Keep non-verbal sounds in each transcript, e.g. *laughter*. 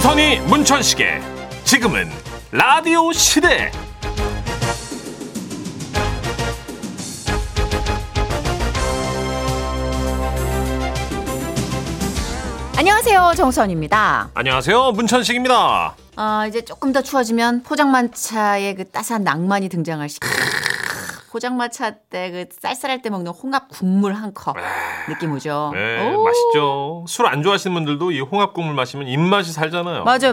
천이 문천식의 지금은 라디오 시대 안녕하세요 정선입니다. 안녕하세요 문천식입니다 아 이제 조금 더 추워지면 포장마차의 그 따스한 낭만이 등장할 시기. *laughs* 포장마차 때 그 쌀쌀할 때 먹는 홍합 국물 한 컵 느낌 오죠. 네 오. 맛있죠 술 안 좋아하시는 분들도 이 홍합국물 마시면 입맛이 살잖아요 맞아요,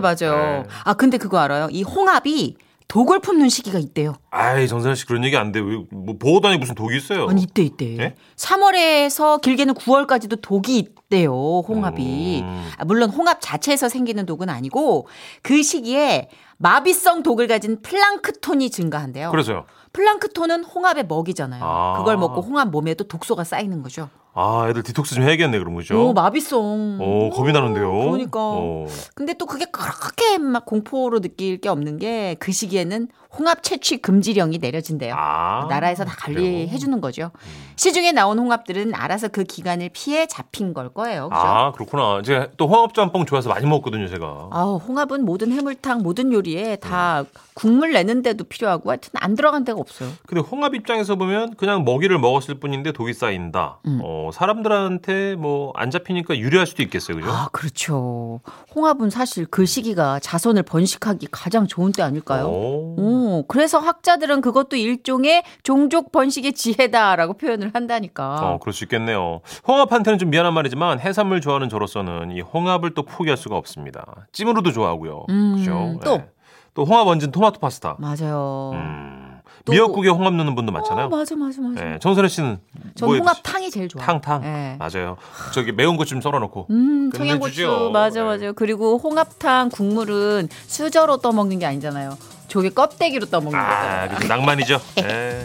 네. 맞아요. 아 근데 그거 알아요? 이 홍합이 독을 품는 시기가 있대요. 아 아이 정선 씨 그런 얘기 안돼뭐 보호단이 무슨 독이 있어요 니 이때 이때. 예? 3월에서 길게는 9월까지도 독이 있대요. 홍합이. 음. 아, 물론 홍합 자체에서 생기는 독은 아니고 그 시기에 마비성 독을 가진 플랑크톤이 증가한대요. 그래서요 플랑크톤은 홍합의 먹이잖아요. 아. 그걸 먹고 홍합 몸에 또 독소가 쌓이는 거죠. 아 애들 디톡스 좀 해야겠네 그럼 오, 그죠 마비성. 오 겁이 나는데요 그러니까. 어. 근데 또 그게 그렇게 막 공포로 느낄 게 없는 게 그 시기에는 홍합 채취 금지령이 내려진대요. 아 나라에서 다 그래요? 음. 관리해 주는 거죠. 시중에 나온 홍합들은 알아서 그 기간을 피해 잡힌 걸 거예요. 그죠? 아 그렇구나 제가 또 홍합 짬뽕 좋아해서 많이 먹거든요 제가 아우, 홍합은 모든 해물탕, 모든 요리에 음. 다 국물 내는데도 필요하고 하여튼 안 들어간 데가 없어요. 근데 홍합 입장에서 보면 그냥 먹이를 먹었을 뿐인데 독이 쌓인다. 음. 어, 사람들한테 뭐 안 잡히니까 유리할 수도 있겠어요. 그죠? 아, 그렇죠. 홍합은 사실 그 시기가 자손을 번식하기 가장 좋은 때 아닐까요? 오. 오, 그래서 학자들은 그것도 일종의 종족 번식의 지혜다라고 표현을 한다니까. 어, 그럴 수 있겠네요. 홍합한테는 좀 미안한 말이지만 해산물 좋아하는 저로서는 이 홍합을 또 포기할 수가 없습니다. 찜으로도 좋아하고요. 음, 그죠? 또? 예. 또 홍합 얹은 토마토 파스타. 맞아요. 음. 또- 미역국에 홍합 넣는 분도 어, 많잖아요. 맞아, 맞아, 맞아. 예, 정선혜 씨는 전 뭐에 드시- 홍합탕이 제일 좋아요. 탕탕. 예. 맞아요. 저기 매운 거 좀 썰어 놓고. 음, 끝내주죠. 청양고추 맞아 예. 맞아. 그리고 홍합탕 국물은 수저로 떠먹는 게 아니잖아요. 조개 껍데기로 떠먹는 아, 거잖아요. 그죠? 낭만이죠. 예.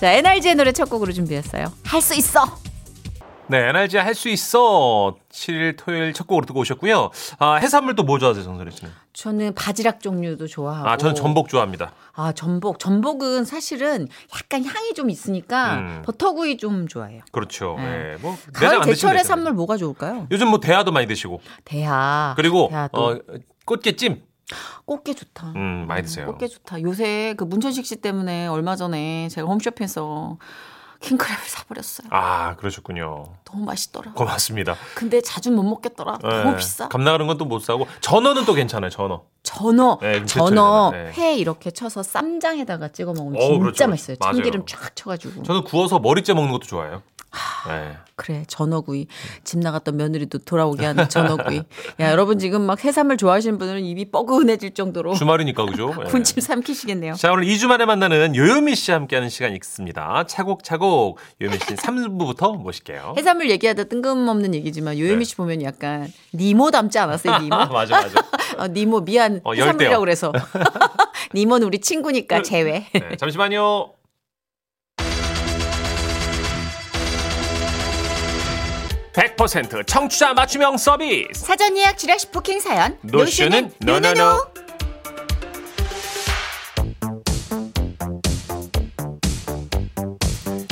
자, NRG의 노래 첫 곡으로 준비했어요. 할 수 있어. 네, NRG 할 수 있어. 7일 토요일 첫 곡으로 듣고 오셨고요. 아, 해산물 또 뭐 좋아하세요, 정선혜 씨는? 저는 바지락 종류도 좋아하고. 아, 저는 전복 좋아합니다. 아, 전복. 전복은 사실은 약간 향이 좀 있으니까 음. 버터구이 좀 좋아해요. 그렇죠. 네. 예, 뭐 내장 가을 안 드시면 제철의 되잖아요. 산물 뭐가 좋을까요? 요즘 뭐 대하도 많이 드시고 대하. 그리고 대하도. 어, 꽃게찜 꽃게 좋다. 음, 많이 드세요. 꽃게 좋다. 요새 그 문천식 씨 때문에 얼마 전에 제가 홈쇼핑에서 킹크랩을 사버렸어요. 아 그러셨군요. 너무 맛있더라. 고맙습니다. 근데 자주 못 먹겠더라. 예, 아, 너무 비싸. 감나가는 건 또 못 사고 전어는 또 괜찮아요. 전어. 전어, 네, 그럼 제철이잖아요. 전어 네. 회 이렇게 쳐서 쌈장에다가 찍어 먹으면 어우, 진짜 그렇죠. 맛있어요. 맞아요. 참기름 쫙 쳐가지고. 저는 구워서 머리째 먹는 것도 좋아해요. 예. 그래 전어구이 집 나갔던 며느리도 돌아오게 하는 전어구이. 야 여러분 지금 막 해산물 좋아하시는 분들은 입이 뻐근해질 정도로 주말이니까 그죠? 예. 아, 군침 삼키시겠네요. 자, 오늘 2주 만에 만나는 요요미 씨와 함께하는 시간 있습니다. 차곡차곡 요요미 씨 3부부터 모실게요. 어? 해산물 얘기하다 뜬금없는 얘기지만 요요미 네. 씨 보면 약간 니모 닮지 않았어요 *laughs* 니모? 아, 맞아, 맞아. 어, 니모 미안 어, 열대어. 해산물이라고 그래서 *laughs* 니모는 우리 친구니까 제외. 네, 잠시만요. (100%) 청취자 맞춤형 서비스 사전 예약 지라시 부킹 사연 노쇼는 노노노.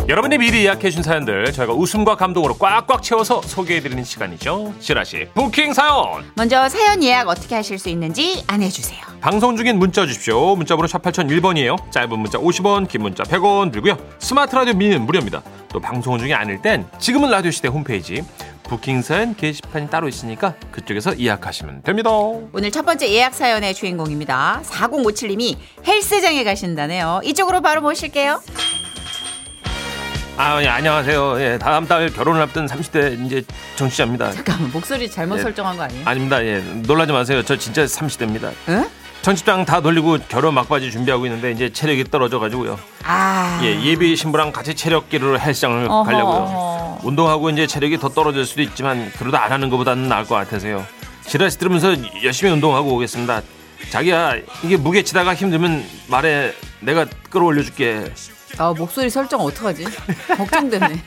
여러분이 미리 예약해 준 사연들 저희가 웃음과 감동으로 꽉꽉 채워서 소개해드리는 시간이죠 지라시 부킹 사연 먼저 사연 예약 어떻게 하실 수 있는지 안내해주세요. 방송 중인 문자 주십시오. 문자번호 샵 8001번이에요. 짧은 문자 50원, 긴 문자 100원 들고요. 스마트 라디오 미니는 무료입니다. 또 방송 중이 아닐 땐 지금은 라디오 시대 홈페이지 부킹사연 게시판이 따로 있으니까 그쪽에서 예약하시면 됩니다. 오늘 첫 번째 예약 사연의 주인공입니다. 4057님이 헬스장에 가신다네요. 이쪽으로 바로 모실게요. 아, 예, 안녕하세요. 예, 다음 달 결혼을 앞둔 30대 이제 정치자입니다. 잠깐만 목소리 잘못 네. 설정한 거 아니에요? 아닙니다. 예, 놀라지 마세요. 저 진짜 30대입니다. 응? 정치장 다 돌리고 결혼 막바지 준비하고 있는데 이제 체력이 떨어져 가지고요. 아. 예, 예비 신부랑 같이 체력기로 헬스장을 어허, 가려고요. 어허. 운동하고 이제 체력이 더 떨어질 수도 있지만 그러다 안 하는 것보다는 나을 것 같아서요. 지라시 들으면서 열심히 운동하고 오겠습니다. 자기야 이게 무게 치다가 힘들면 말해 내가 끌어올려줄게. 아, 목소리 설정 어떡하지? 걱정되네.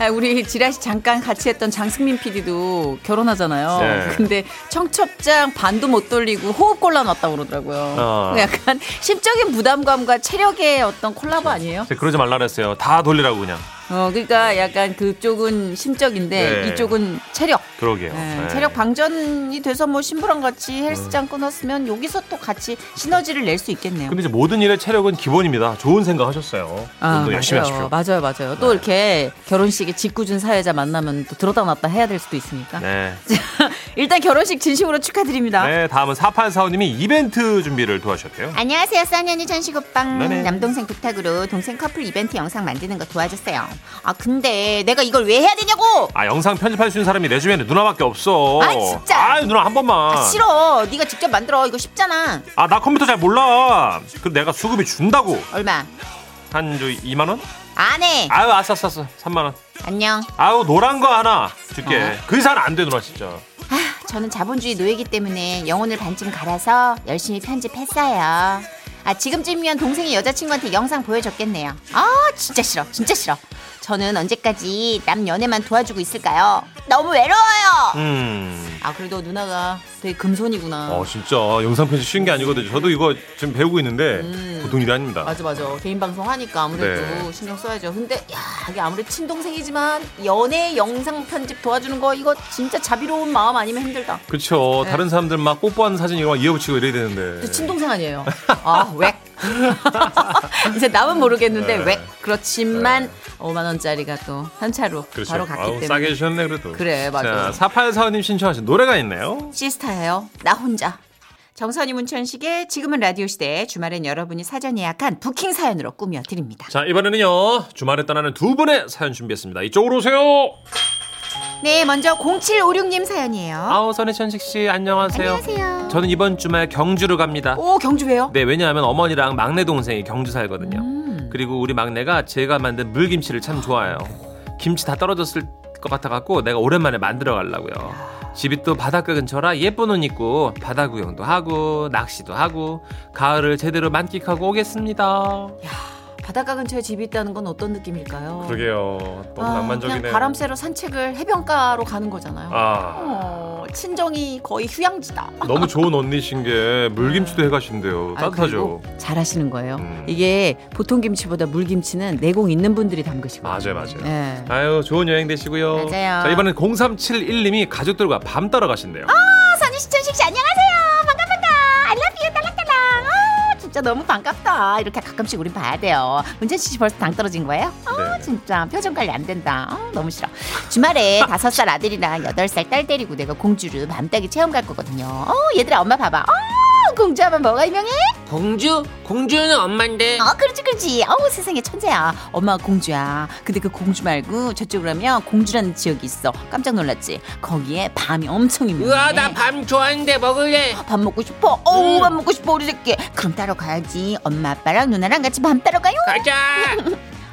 아, 우리 지라시 잠깐 같이 했던 장승민 PD도 결혼하잖아요. 네. 근데 청첩장 반도 못 돌리고 호흡 곤란 왔다고 그러더라고요. 어. 약간 심적인 부담감과 체력의 어떤 콜라보 아니에요? 제가 그러지 말라 그랬어요. 다 돌리라고 그냥. 어, 그러니까 약간 그쪽은 심적인데 네. 이쪽은 체력. 그러게요. 네, 네. 체력 방전이 돼서 뭐 신부랑 같이 헬스장 끊었으면 여기서 또 같이 시너지를 낼 수 있겠네요. 근데 이제 모든 일의 체력은 기본입니다. 좋은 생각 하셨어요. 운동 열심히 맞아요. 하십시오. 네. 맞아요, 맞아요. 또 이렇게 결혼식에 짓궂은 사회자 만나면 또 들었다 놨다 해야 될 수도 있으니까. 네. *laughs* 일단 결혼식 진심으로 축하드립니다. 네, 다음은 4845님이 이벤트 준비를 도와주셨대요. 안녕하세요, 써니언니 전식 오빵. 네네. 남동생 부탁으로 동생 커플 이벤트 영상 만드는 거 도와줬어요. 아, 근데 내가 이걸 왜 해야 되냐고! 아, 영상 편집할 수 있는 사람이 내 주변에 누나밖에 없어. 아, 진짜? 아유, 누나 한 번만. 아, 싫어. 네가 직접 만들어. 이거 쉽잖아. 아, 나 컴퓨터 잘 몰라. 그럼 내가 수급이 준다고. 얼마? 한 저 2만 원? 안 해. 아유, 아싸 아싸 아싸. 3만 원. 안녕. 아우, 노란 거 하나 줄게. 그 이상은 안 돼, 누나 진짜. 아, 저는 자본주의 노예이기 때문에 영혼을 반쯤 갈아서 열심히 편집했어요. 아, 지금쯤이면 동생이 여자친구한테 영상 보여줬겠네요. 아, 진짜 싫어. 진짜 싫어. 저는 언제까지 남 연애만 도와주고 있을까요? 너무 외로워요. 음. 아, 그래도 누나가 되게 금손이구나. 어, 진짜 영상 편집 쉬운 게 아니거든요. 저도 이거 지금 배우고 있는데 보통 일이 아닙니다. 맞아 맞아 개인 방송 하니까 아무래도 네. 신경 써야죠. 근데 야 이게 아무래도 친동생이지만 연애 영상 편집 도와주는 거 이거 진짜 자비로운 마음 아니면 힘들다. 그렇죠. 다른 사람들 막 뽀뽀하는 사진 이런 거 이어붙이고 이래야 되는데. 저 친동생 아니에요. 아 웩. *laughs* 이제 남은 모르겠는데 네. 웩. 그렇지만 5만 원짜리가 또 한차로 그렇죠. 바로 갔기 아우, 때문에 싸게 해주셨네 그래도. 그래, 맞아. 자, 4845님 신청하신 노래가 있네요. 시스타예요. 나 혼자. 정선이 문천식의 지금은 라디오 시대 주말엔 여러분이 사전 예약한 부킹 사연으로 꾸며 드립니다. 자 이번에는요 주말에 떠나는 두 분의 사연 준비했습니다. 이쪽으로 오세요. 네, 먼저 0756님 사연이에요. 아우 선혜 천식 씨 안녕하세요. 안녕하세요. 저는 이번 주말 경주로 갑니다. 오, 경주 왜요? 네 왜냐하면 어머니랑 막내 동생이 경주 살거든요. 음. 그리고 우리 막내가 제가 만든 물김치를 참 좋아해요. 김치 다 떨어졌을 것 같아갖고 내가 오랜만에 만들어 가려고요. 집이 또 바닷가 근처라 예쁜 옷 입고 바다 구경도 하고 낚시도 하고 가을을 제대로 만끽하고 오겠습니다. 바닷가 근처에 집이 있다는 건 어떤 느낌일까요? 그러게요. 너무 아, 낭만적이네요. 그냥 바람 쐬러 산책을 해변가로 가는 거잖아요. 아. 어, 친정이 거의 휴양지다. 너무 좋은 언니신 게 물김치도 해가신대요. 아, 따뜻하죠. 그리고 잘하시는 거예요. 음. 이게 보통 김치보다 물김치는 내공 있는 분들이 담그시고. 맞아요, 맞아요. 예. 아유, 좋은 여행 되시고요. 맞아요. 자, 이번엔 0371님이 가족들과 밤 따러 가신대요. 어, 선희 씨, 천식 씨, 안녕하세요. 반가 반가. I love you, 딸랑딸랑. 아, 진짜 너무 반갑다. 이렇게 가끔씩 우린 봐야 돼요. 문천 씨 벌써 당 떨어진 거예요? 아, 네. 진짜 표정 관리 안 된다. 아, 너무 싫어. *laughs* 주말에 다섯 살 아들이랑 여덟 살 딸 데리고 내가 공주를 밤따기 체험 갈 거거든요. 어, 얘들아 엄마 봐봐. 어, 공주 하면 뭐가 유명해? 공주? 공주는 엄만데. 어, 그렇지 그렇지. 어우 세상에 천재야. 엄마 공주야. 근데 그 공주 말고 저쪽으로 하면 공주라는 지역이 있어. 깜짝 놀랐지. 거기에 밤이 엄청 유명해. 우와, 나 밤 좋아하는데 먹을래. 밥 먹고 싶어. 어우 음. 밥 먹고 싶어 우리 새끼. 그럼 따러 가야지. 엄마 아빠랑 누나랑 같이 밤 따러 가요. 가자.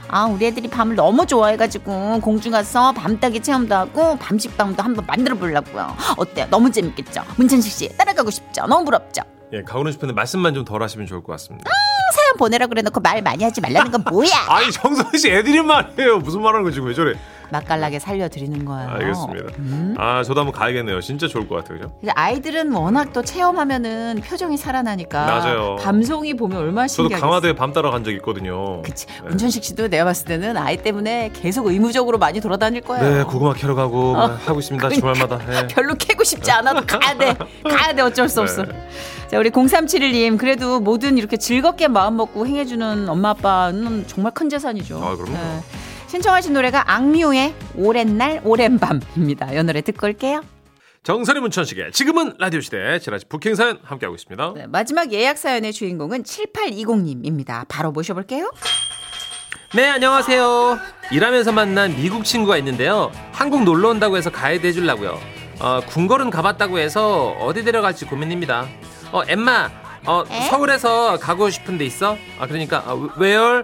아 우리 애들이 밤을 너무 좋아해가지고 공주 가서 밤따기 체험도 하고 밤식빵도 한번 만들어 보려고요. 어때요? 너무 재밌겠죠? 문천식 씨 따라가고 싶죠? 너무 부럽죠? 예, 가고는 싶은데 말씀만 좀 덜 하시면 좋을 것 같습니다. *laughs* 사연 보내라 그래놓고 말 많이 하지 말라는 건 뭐야? 아니, 정선 씨 애들이 말이에요. 무슨 말하는 거지? 왜 저래? 맛깔나게 살려드리는 거예요. 알겠습니다. 음. 아, 저도 한번 가야겠네요. 진짜 좋을 것 같아요. 그죠? 근데 아이들은 워낙 또 체험하면은 표정이 살아나니까. 맞아요. 밤송이 보면 얼마나 저도 네. 신기하겠어. 강화도에 밤 따러 간 적이 있거든요. 그치. 문천식 씨도 내가 봤을 때는 아이 때문에 계속 의무적으로 많이 돌아다닐 거예요. 네, 고구마 캐러 가고 어. 막 하고 *laughs* 있습니다. 그러니까. 주말마다. 예. 별로 캐고 싶지 않아도 가야 돼. 가야 돼. 어쩔 수 없어. 네. 자, 우리 0371님. 그래도 뭐든 이렇게 즐겁게 마음먹고 행해주는 엄마, 아빠는 정말 큰 재산이죠. 아, 그럼요. 네. 신청하신 노래가 악뮤의 오랜 날, 오랜 밤입니다. 이 노래 듣고 올게요. 정선이 문천식의 지금은 라디오 시대 지라시 부킹 사연 함께하고 있습니다. 네, 마지막 예약 사연의 주인공은 7820님입니다. 바로 모셔볼게요. 네, 안녕하세요. 일하면서 만난 미국 친구가 있는데요. 한국 놀러 온다고 해서 가이드 해주려고요. 어, 궁궐은 가봤다고 해서 어디 데려갈지 고민입니다. 어, 엠마, 어, 서울에서 가고 싶은 데 있어? 아, 그러니까 어, where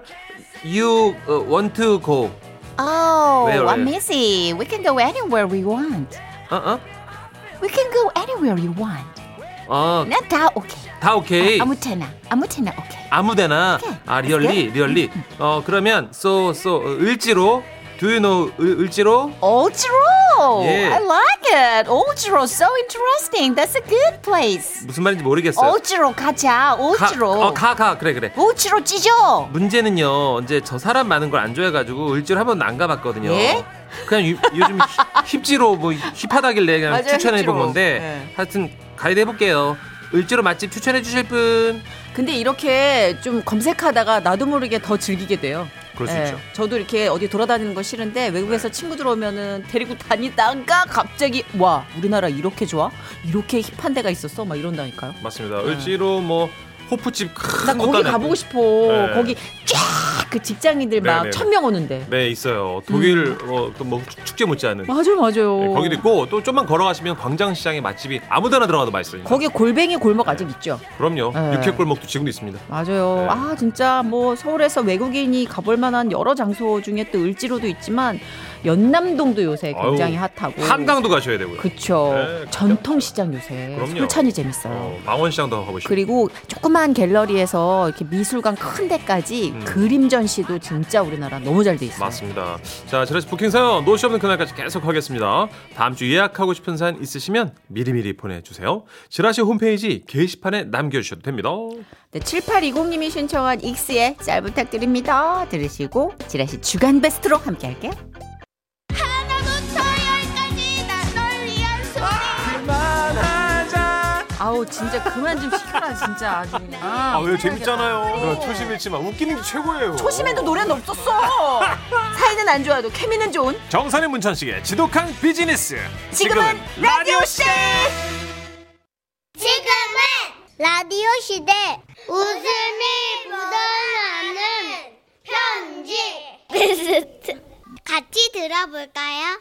you 어, want to go? Oh, 왜요, 왜요? I'm busy. We can go anywhere we want. 어, 어? We can go anywhere you want. 어, 난 다 오케이. 다 오케이. 아무 때나, 아무 때나 오케이. 아무데나. 오케이. 음, 아, 리얼리, 리얼리. 어, 그러면 so so 어, 을지로 do you know 을, 지로 어지러워. Wow, 예. I like it. Ojiro, so interesting. That's a good place. 무슨 말인지 모르겠어요. Ojiro 가자. 가, Ojiro. 어, 가, 가. 그래, 그래. Ojiro 찢어. 문제는요, 이제 저 사람 많은 걸 안 좋아해가지고 을지로 한 번도 안 가봤거든요. 예? 그냥 유, 요즘 힙- 힙지로 뭐 힙하다길래 그냥 맞아요, 추천해본 힙지로. 건데 예. 하여튼 가이드 해볼게요. 을지로 맛집 추천해주실 분. 근데 이렇게 좀 검색하다가 나도 모르게 더 즐기게 돼요. 그럴 수 예. 있죠. 네. 저도 이렇게 어디 돌아다니는 거 싫은데 외국에서 친구들 오면은 데리고 다니다가 갑자기 와 우리나라 이렇게 좋아? 이렇게 힙한 데가 있었어? 막 이런다니까요. 맞습니다. 을지로 뭐 호프집 음. 나 큰거 거기 가보고 싶어. 네. 거기 쫙 그 직장인들 네, 네. 막 천 명 오는데. 네 있어요. 독일 어, 또뭐 축제 못지않은 음. 맞아요, 맞아요. 네, 거기도 있고 또 좀만 걸어가시면 광장시장의 맛집이 아무데나 들어가도 맛있어요. 거기 골뱅이 골목 아직 있죠. 그럼요. 네. 육회골목도 지금도 있습니다. 맞아요. 네. 아 진짜 뭐 서울에서 외국인이 가볼 만한 여러 장소 중에 또 을지로도 있지만 연남동도 요새 굉장히 아유, 핫하고 한강도 가셔야 되고요. 그쵸 네, 전통시장 요새 그럼요. 솔찬이 재밌어요. 어, 망원시장도 가보시고 그리고 조그만 갤러리에서 이렇게 미술관 큰 데까지 음. 그림 전시도 진짜 우리나라 너무 잘 돼 있어요. 네. 맞습니다. 자, 저래서 부킹 사연 노시 없는 그날까지 계속 하겠습니다. 다음 주 예약하고 싶은 사연 있으시면 미리미리 보내주세요. 지라시 홈페이지 게시판에 남겨주셔도 됩니다. 네, 7820님이 신청한 익스의 잘 부탁드립니다. 들으시고 지라시 주간 베스트로 함께 할게요. 아우 진짜 그만 좀 시켜라 진짜 아주 그냥. 아, 재밌잖아요. 초심 잃지만 웃기는 게 최고예요. 초심에도 노래는 없었어. 사이는 안 좋아도 케미는 좋은 정선의 문천식의 지독한 비즈니스. 지금은 라디오 씨. 지금은 라디오 시대 웃음이 묻어나는 편지 베스트 같이 들어볼까요?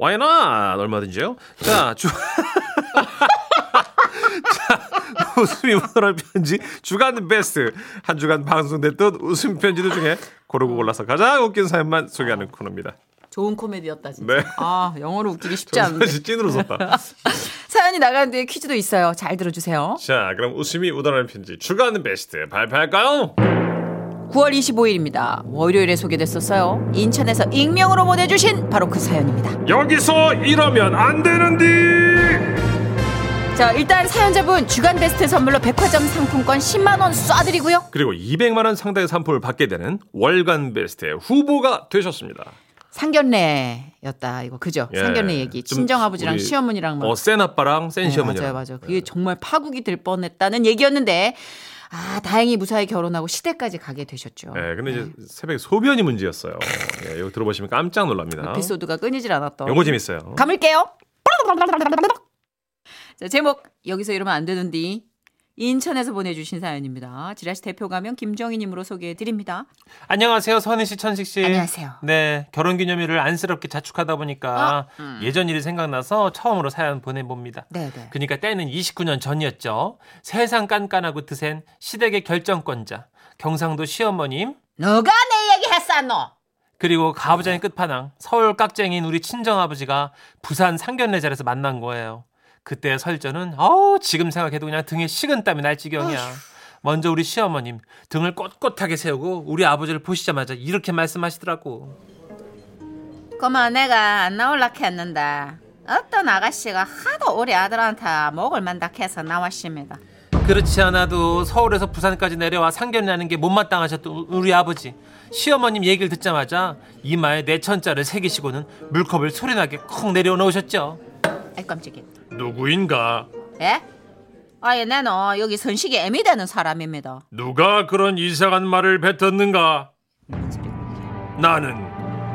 Why not? 얼마든지요. 자, 주. *laughs* 자, 웃음이 묻어날 편지 주간 베스트 한 주간 방송됐던 웃음 편지들 중에 고르고 골라서 가장 웃긴 사연만 소개하는 코너입니다. 좋은 코미디였다 진짜. 네. 아 영어로 웃기기 쉽지 않은데 정선씨 찐으로 썼다. 사연이 나가는 뒤에 퀴즈도 있어요. 잘 들어주세요. 자, 그럼 웃음이 묻어날 편지 주간 베스트 발표할까요? 9월 25일입니다. 월요일에 소개됐었어요. 인천에서 익명으로 보내주신 바로 그 사연입니다. 여기서 이러면 안 되는디. 자 일단 사연자분 주간 베스트 선물로 백화점 상품권 10만 원 쏴드리고요. 그리고 200만 원 상당의 상품을 받게 되는 월간 베스트의 후보가 되셨습니다. 상견례였다 이거 그죠? 예. 상견례 얘기. 좀 친정 아버지랑 우리- 시어머니랑 막. 어, 센 아빠랑 센 네, 시어머니랑. 맞아요, 맞아요. 그게 정말 파국이 될 뻔했다는 얘기였는데 아 다행히 무사히 결혼하고 시댁까지 가게 되셨죠. 예, 근데 이제 새벽에 소변이 문제였어요. 예, 이거 들어보시면 깜짝 놀랍니다. 에피소드가 끊이질 않았던. 요거 재밌어요. 감을게요. 자, 제목 여기서 이러면 안 되는데 인천에서 보내주신 사연입니다. 지라시 대표 가면 김정희님으로 소개해드립니다. 안녕하세요, 선희 씨, 천식 씨. 안녕하세요. 네, 결혼 기념일을 안쓰럽게 자축하다 어? 보니까 음. 예전 일이 생각나서 처음으로 사연 보내봅니다. 네네. 그러니까 때는 29년 전이었죠. 세상 깐깐하고 드센 시댁의 결정권자 경상도 시어머님 너가 내 얘기 했어 너. 그리고 가부장의 끝판왕 서울 깍쟁인 우리 친정아버지가 부산 상견례 자리에서 만난 거예요. 그때 설전은 어우 지금 생각해도 그냥 등에 식은땀이 날 지경이야. 먼저 우리 시어머님 등을 꼿꼿하게 세우고 우리 아버지를 보시자마자 이렇게 말씀하시더라고. 그만 내가 안 나올라 했는데 어떤 아가씨가 하도 우리 아들한테 목을 만닥해서 나왔습니다. 그렇지 않아도 서울에서 부산까지 내려와 상견례하는 게 못마땅하셨던 우리 아버지 시어머님 얘기를 듣자마자 이마에 네 내천자를 새기시고는 물컵을 소리나게 쿵 내려놓으셨죠. 아이 깜짝이야. 누구인가? 예? 아예 내는 여기 선식이 애미 되는 사람입니다. 누가 그런 이상한 말을 뱉었는가? 나는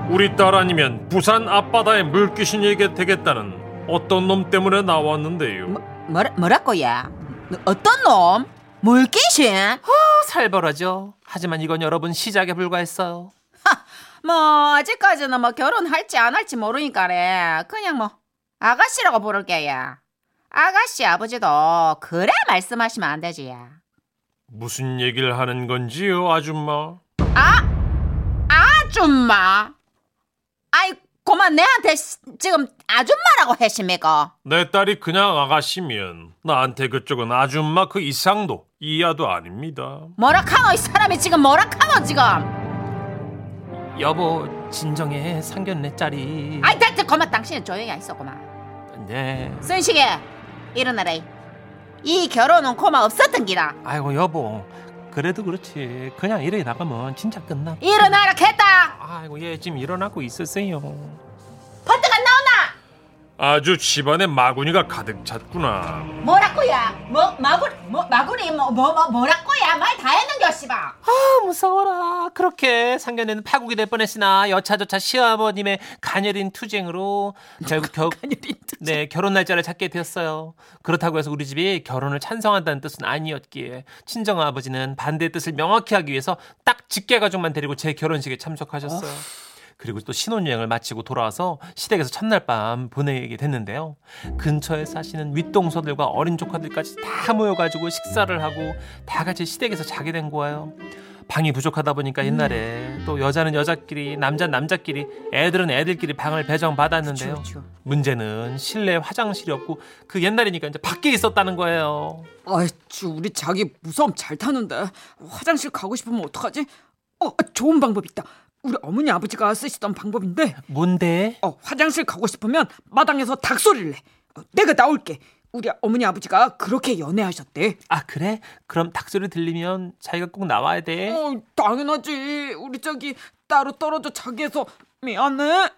우리 딸 아니면 부산 앞바다의 물귀신에게 되겠다는 어떤 놈 때문에 나왔는데요. 뭐, 뭐라, 뭐라고야? 너 어떤 놈? 물귀신? 어, 살벌하죠. 하지만 이건 여러분 시작에 불과했어요. 뭐 아직까지는 뭐 결혼할지 안 할지 모르니까래. 그냥 뭐 아가씨라고 부를게야. 아가씨 아버지도 그래 말씀하시면 안 되지. 무슨 얘기를 하는 건지요, 아줌마? 아줌마. 아이 그만 내한테 시- 지금 아줌마라고 하십니까? 내 딸이 그냥 아가씨면 나한테 그쪽은 아줌마 그 이상도 이하도 아닙니다. 뭐라 카노 이 사람이 지금 뭐라 카노 지금? 여보, 진정해 상견례 짜리. 아이 다, 다 거마 당신은 조용히 있어 거마 네. 순식에 일어나라 이. 이 결혼은 고마 없었던 기라 아이고 여보. 그래도 그렇지. 그냥 이래 나가면 진짜 끝나. 일어나라 했다 아이고 얘 지금 일어나고 있었어요. 버뜩 안 나오나 아주 집안에 마구니가 가득 찼구나. 뭐라고야 뭐 마구리 뭐 마구리 뭐 뭐 뭐, 뭐라고야 말 다 했는겨 씨발 아 무서워라. 그렇게 상견례는 파국이 될 뻔했으나 여차저차 시아버님의 가녀린 투쟁으로 결국 겨, 네 결혼 날짜를 찾게 되었어요. 그렇다고 해서 우리 집이 결혼을 찬성한다는 뜻은 아니었기에 친정 아버지는 반대의 뜻을 명확히 하기 위해서 딱 직계 가족만 데리고 제 결혼식에 참석하셨어요. 그리고 또 신혼여행을 마치고 돌아와서 시댁에서 첫날 밤 보내게 됐는데요. 근처에 사시는 윗동서들과 어린 조카들까지 다 모여가지고 식사를 하고 다 같이 시댁에서 자게 된 거예요. 방이 부족하다 보니까 옛날에 또 여자는 여자끼리 남자는 남자끼리 애들은 애들끼리 방을 배정받았는데요. 문제는 실내 화장실이 없고 그 옛날이니까 이제 밖에 있었다는 거예요. 아이쭈 우리 자기 무서움 잘 타는데 화장실 가고 싶으면 어떡하지? 어 좋은 방법 있다. 우리 어머니 아버지가 쓰시던 방법인데 뭔데? 어 화장실 가고 싶으면 마당에서 닭소리를 내. 어, 내가 나올게. 우리 어머니 아버지가 그렇게 연애하셨대. 아 그래? 그럼 닭소리 들리면 자기가 꼭 나와야 돼. 어 당연하지. 우리 자기 따로 떨어져 자기에서 미안해.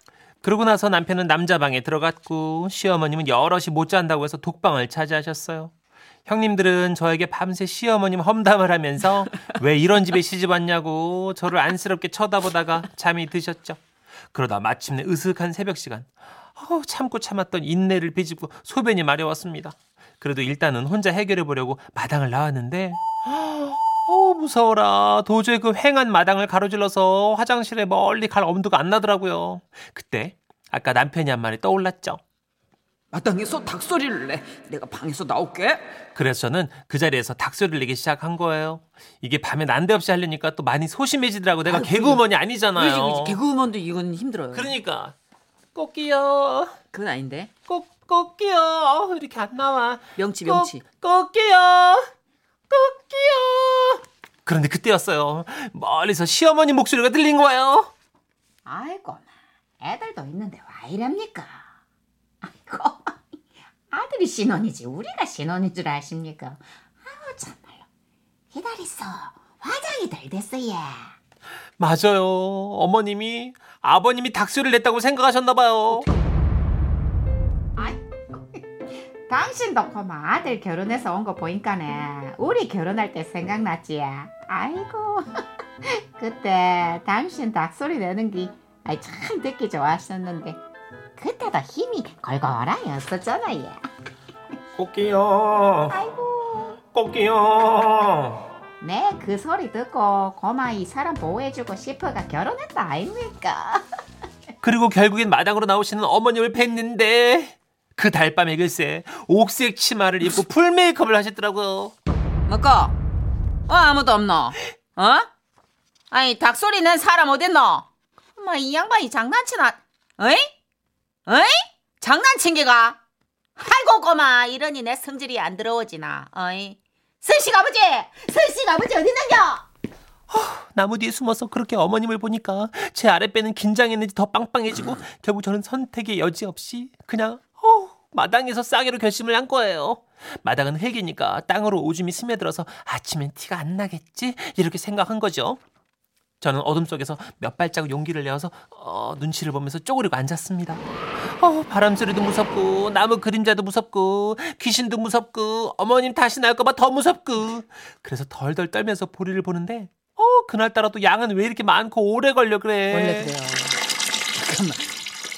그러고 나서 남편은 남자 방에 들어갔고 시어머님은 여럿이 못 잔다고 해서 독방을 차지하셨어요. 형님들은 저에게 밤새 시어머님 험담을 하면서 왜 이런 집에 시집 왔냐고 저를 안쓰럽게 쳐다보다가 잠이 드셨죠. 그러다 마침내 으슥한 새벽 시간. 어우, 참고 참았던 인내를 비집고 소변이 마려웠습니다. 그래도 일단은 혼자 해결해 보려고 마당을 나왔는데 어 무서워라 도저히 그 횡한 마당을 가로질러서 화장실에 멀리 갈 엄두가 안 나더라고요 그때 아까 남편이 한 말이 떠올랐죠 마당에서 닭소리를 내. 내가 방에서 나올게. 그래서 저는 그 자리에서 닭소리를 내기 시작한 거예요 이게 밤에 난데없이 하려니까 또 많이 소심해지더라고 내가 개그우먼이 아니잖아요 뭐, 개그우먼도 이건 힘들어요. 그러니까 꼭기요 그건 아닌데. 꼭 꼭기요 이렇게 안 나와 명치 꼭, 꼭기요 꼭기요 그런데 그때였어요 멀리서 시어머니 목소리가 들린 거예요 아이고 애들도 있는데 와 이랍니까 아이고 아들이 신혼이지 우리가 신혼인 줄 아십니까 아우 참말로 기다리소 화장이 덜 됐어 얘 맞아요. 어머님이 아버님이 닭수를 냈다고 생각하셨나 봐요. 당신도 고마 아들 결혼해서 온 거 보니까네 우리 결혼할 때 생각났지 아이고 *laughs* 그때 당신 닭소리 내는 게 아이 참 듣기 좋았었는데 그때도 힘이 걸걸하였었잖아 얘 꼭기요. 꼭기요. 내 그 소리 듣고 고마 이 사람 보호해주고 싶어가 결혼했다 아닙니까? 그리고 결국엔 마당으로 나오시는 어머님을 뵀는데 그 달밤에 글쎄 옥색 치마를 입고 풀 메이크업을 하셨더라고요. 뭐까? 어, 아무도 없노? 어? 아니 닭소리 낸 사람 어딨노? 엄마 이 양반이 장난치나? 어이? 어이? 장난친 게가? 아이고 꼬마 이러니 내 성질이 안 들어오지나 어이 슬식 아버지! 슬식 아버지 어딨는겨? 나무 뒤에 숨어서 그렇게 어머님을 보니까 제 아랫배는 긴장했는지 더 빵빵해지고 *clears throat* 결국 저는 선택의 여지 없이 그냥 어, 마당에서 싸게로 결심을 한 거예요. 마당은 흙이니까 땅으로 오줌이 스며들어서 아침엔 티가 안 나겠지 이렇게 생각한 거죠. 저는 어둠 속에서 몇 발짝 용기를 내어서 어, 눈치를 보면서 쪼그리고 앉았습니다. 어, 바람 소리도 무섭고 나무 그림자도 무섭고 귀신도 무섭고 어머님 다시 나올까봐 더 무섭고 그래서 덜덜 떨면서 보리를 보는데 어 그날따라 또 양은 왜 이렇게 많고 오래 걸려 그래 원래 그래요. 잠깐만.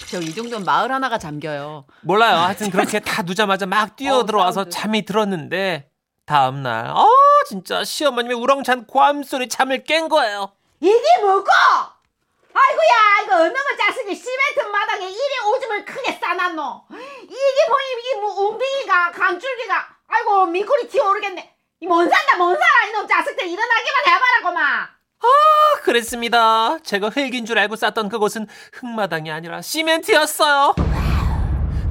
저 이 정도면 마을 하나가 잠겨요. 몰라요 하여튼 그렇게 다 누자마자 *laughs* 막 뛰어들어와서 사운드. 잠이 들었는데 다음날 어 진짜 시어머님의 우렁찬 고함소리 잠을 깬 거예요 이게 뭐고? 아이고야 이거 어놈의 자식이 시멘트 마당에 이리 오줌을 크게 싸놨노 이게 뭐임 이게 뭐 웅빙이가 강줄기가 아이고 미꾸리 튀어오르겠네 이 뭔 산다 뭔 살아 이놈 자식들 일어나기만 해봐라 고마 그랬습니다. 제가 흙인 줄 알고 쌌던 그곳은 흙마당이 아니라 시멘트였어요.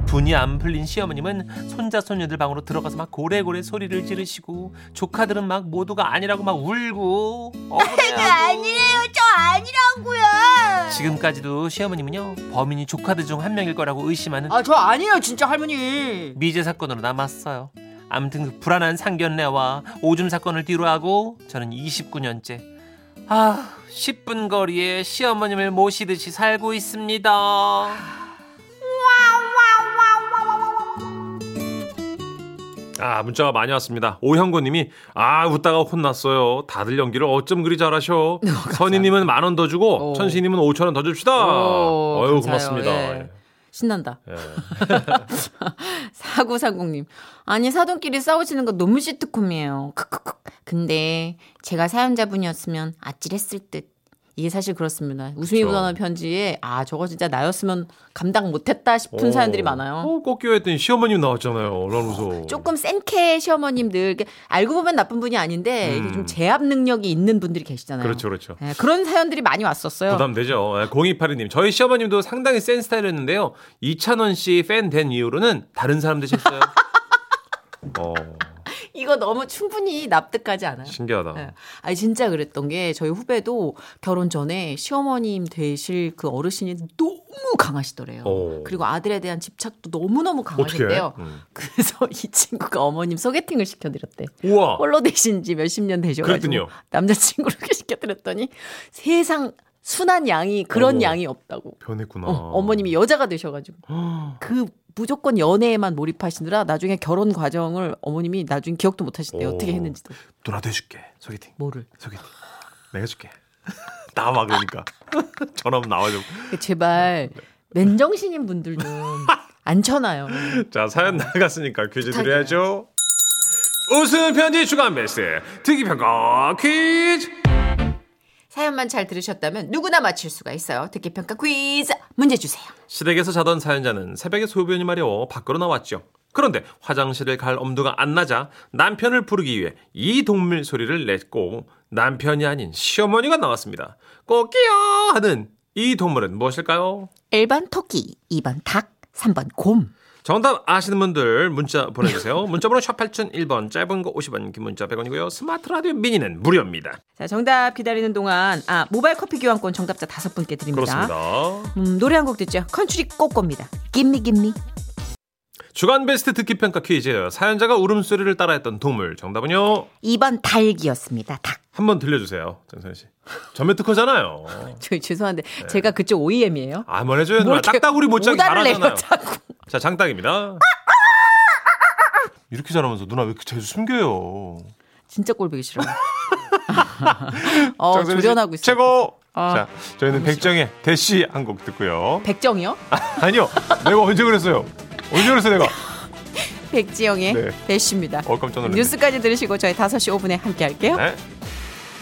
분이 안 풀린 시어머님은 손자 손녀들 방으로 들어가서 막 고래고래 소리를 지르시고 조카들은 막 모두가 아니라고 막 울고 어머니하고 아니에요, 저 아니라고요. 지금까지도 시어머님은요 범인이 조카들 중 한 명일 거라고 의심하는 아 저 아니에요 진짜 할머니. 음. 미제 사건으로 남았어요. 아무튼 그 불안한 상견례와 오줌 사건을 뒤로하고 저는 29년째 아 10분 거리에 시어머님을 모시듯이 살고 있습니다. 아 문자가 많이 왔습니다. 오형고님이 아 웃다가 혼났어요. 다들 연기를 어쩜 그리 *laughs* 잘하셔. 선희님은 만 원 더 주고 어. 오. 천시님은 5천 원 더 줍시다. 오, 어유 감사해요. 고맙습니다. 예. 신난다. 예. 사구사공님. 아니, 사돈끼리 싸우시는 거 너무 시트콤이에요. 크크크. 근데 제가 사연자분이었으면 아찔했을 듯. 이게 사실 그렇습니다. 웃음이 그쵸. 묻어나는 편지에 아, 저거 진짜 나였으면 감당 못했다 싶은 오. 사연들이 많아요. 어, 꺾여 했더니 시어머님 나왔잖아요. 라면서. 조금 센케 시어머님들 이렇게 알고 보면 나쁜 분이 아닌데 이렇게 좀 제압 능력이 있는 분들이 계시잖아요. 음. 그렇죠, 그렇죠. 예, 그런 사연들이 많이 왔었어요. 부담되죠. 0282님. 저희 시어머님도 상당히 센 스타일이었는데요. 이찬원 씨 팬 된 이후로는 다른 사람 *laughs* 되셨어요. 어, 이거 너무 충분히 납득하지 않아요. 신기하다. 네. 아니 진짜 그랬던 게 저희 후배도 결혼 전에 시어머님 되실 그 어르신이 너무 강하시더래요. 오. 그리고 아들에 대한 집착도 너무너무 어. 어떻게 해? 강하셨대요. 음. 그래서 *laughs* 이 친구가 어머님 소개팅을 시켜드렸대. 우와. 홀로 되신 지 몇십 년 아. 그랬더니요. 되셔가지고 남자친구를 *laughs* 시켜드렸더니 세상 순한 양이 그런 어. 양이 없다고. 변했구나. 어, 어머님이 여자가 되셔가지고 그 무조건 연애에만 몰입하시느라 나중에 결혼 과정을 어머님이 나중에 기억도 못하신대 요 오. 어떻게 했는지도 누나 돼줄게. 소개팅. 뭐를 소개팅. 내가 해줄게. *laughs* 나와 그러니까. *laughs* 전화면 나와줘. 제발 맨정신인 분들 좀 안쳐놔요. 자 사연 나갔으니까 퀴즈 드려야죠. 웃음 편지 주간 베스트 특이평가 퀴즈. 사연만 잘 들으셨다면 누구나 맞힐 수가 있어요. 듣기평가 퀴즈 문제 주세요. 시댁에서 자던 사연자는 새벽에 소변이 마려워 밖으로 나왔죠. 그런데 화장실을 갈 엄두가 안 나자 남편을 부르기 위해 이 동물 소리를 냈고 남편이 아닌 시어머니가 나왔습니다. 꼬끼요 하는 이 동물은 무엇일까요? 1번 토끼, 2번 닭, 3번 곰. 정답 아시는 분들 문자 *laughs* 보내주세요. 문자번호 샵 8001번 짧은 거 50원 긴 문자 100원이고요. 스마트 라디오 미니는 무료입니다. 자, 정답 기다리는 동안 아, 모바일 커피 교환권 정답자 다섯 분께 드립니다. 그렇습니다. 음, 노래 한 곡 듣죠. 컨츄리 꼬꼬입니다. 김미 김미. 주간 베스트 듣기 평가 퀴즈 사연자가 울음소리를 따라했던 동물 정답은요. 2번 닭이었습니다. *laughs* 닭. 한 번 들려주세요. 정선 씨. 전면 특허잖아요. 저 죄송한데 제가 그쪽 E OEM이에요. 아, 뭘 해줘요, 누나. 딱따구리 네. 못 짜기 오다를 내려 잘하잖아요. 자꾸. *laughs* 자, 장딱입니다. 이렇게 잘하면서 누나 왜 이렇게 계속 숨겨요? 진짜 *laughs* 꼴보기 싫어. 어, 정선희 씨, 조련하고 있어. 최고! 아, 자, 저희는 백정의 대시 한 곡 듣고요. 백정이요? 아니요, 내가 언제 그랬어요? 언제 그랬어, 내가? 백지영의 네. 대쉬입니다. 어, 깜짝 놀랐네. 뉴스까지 들으시고 저희 5시 5분에 함께 할게요. 네?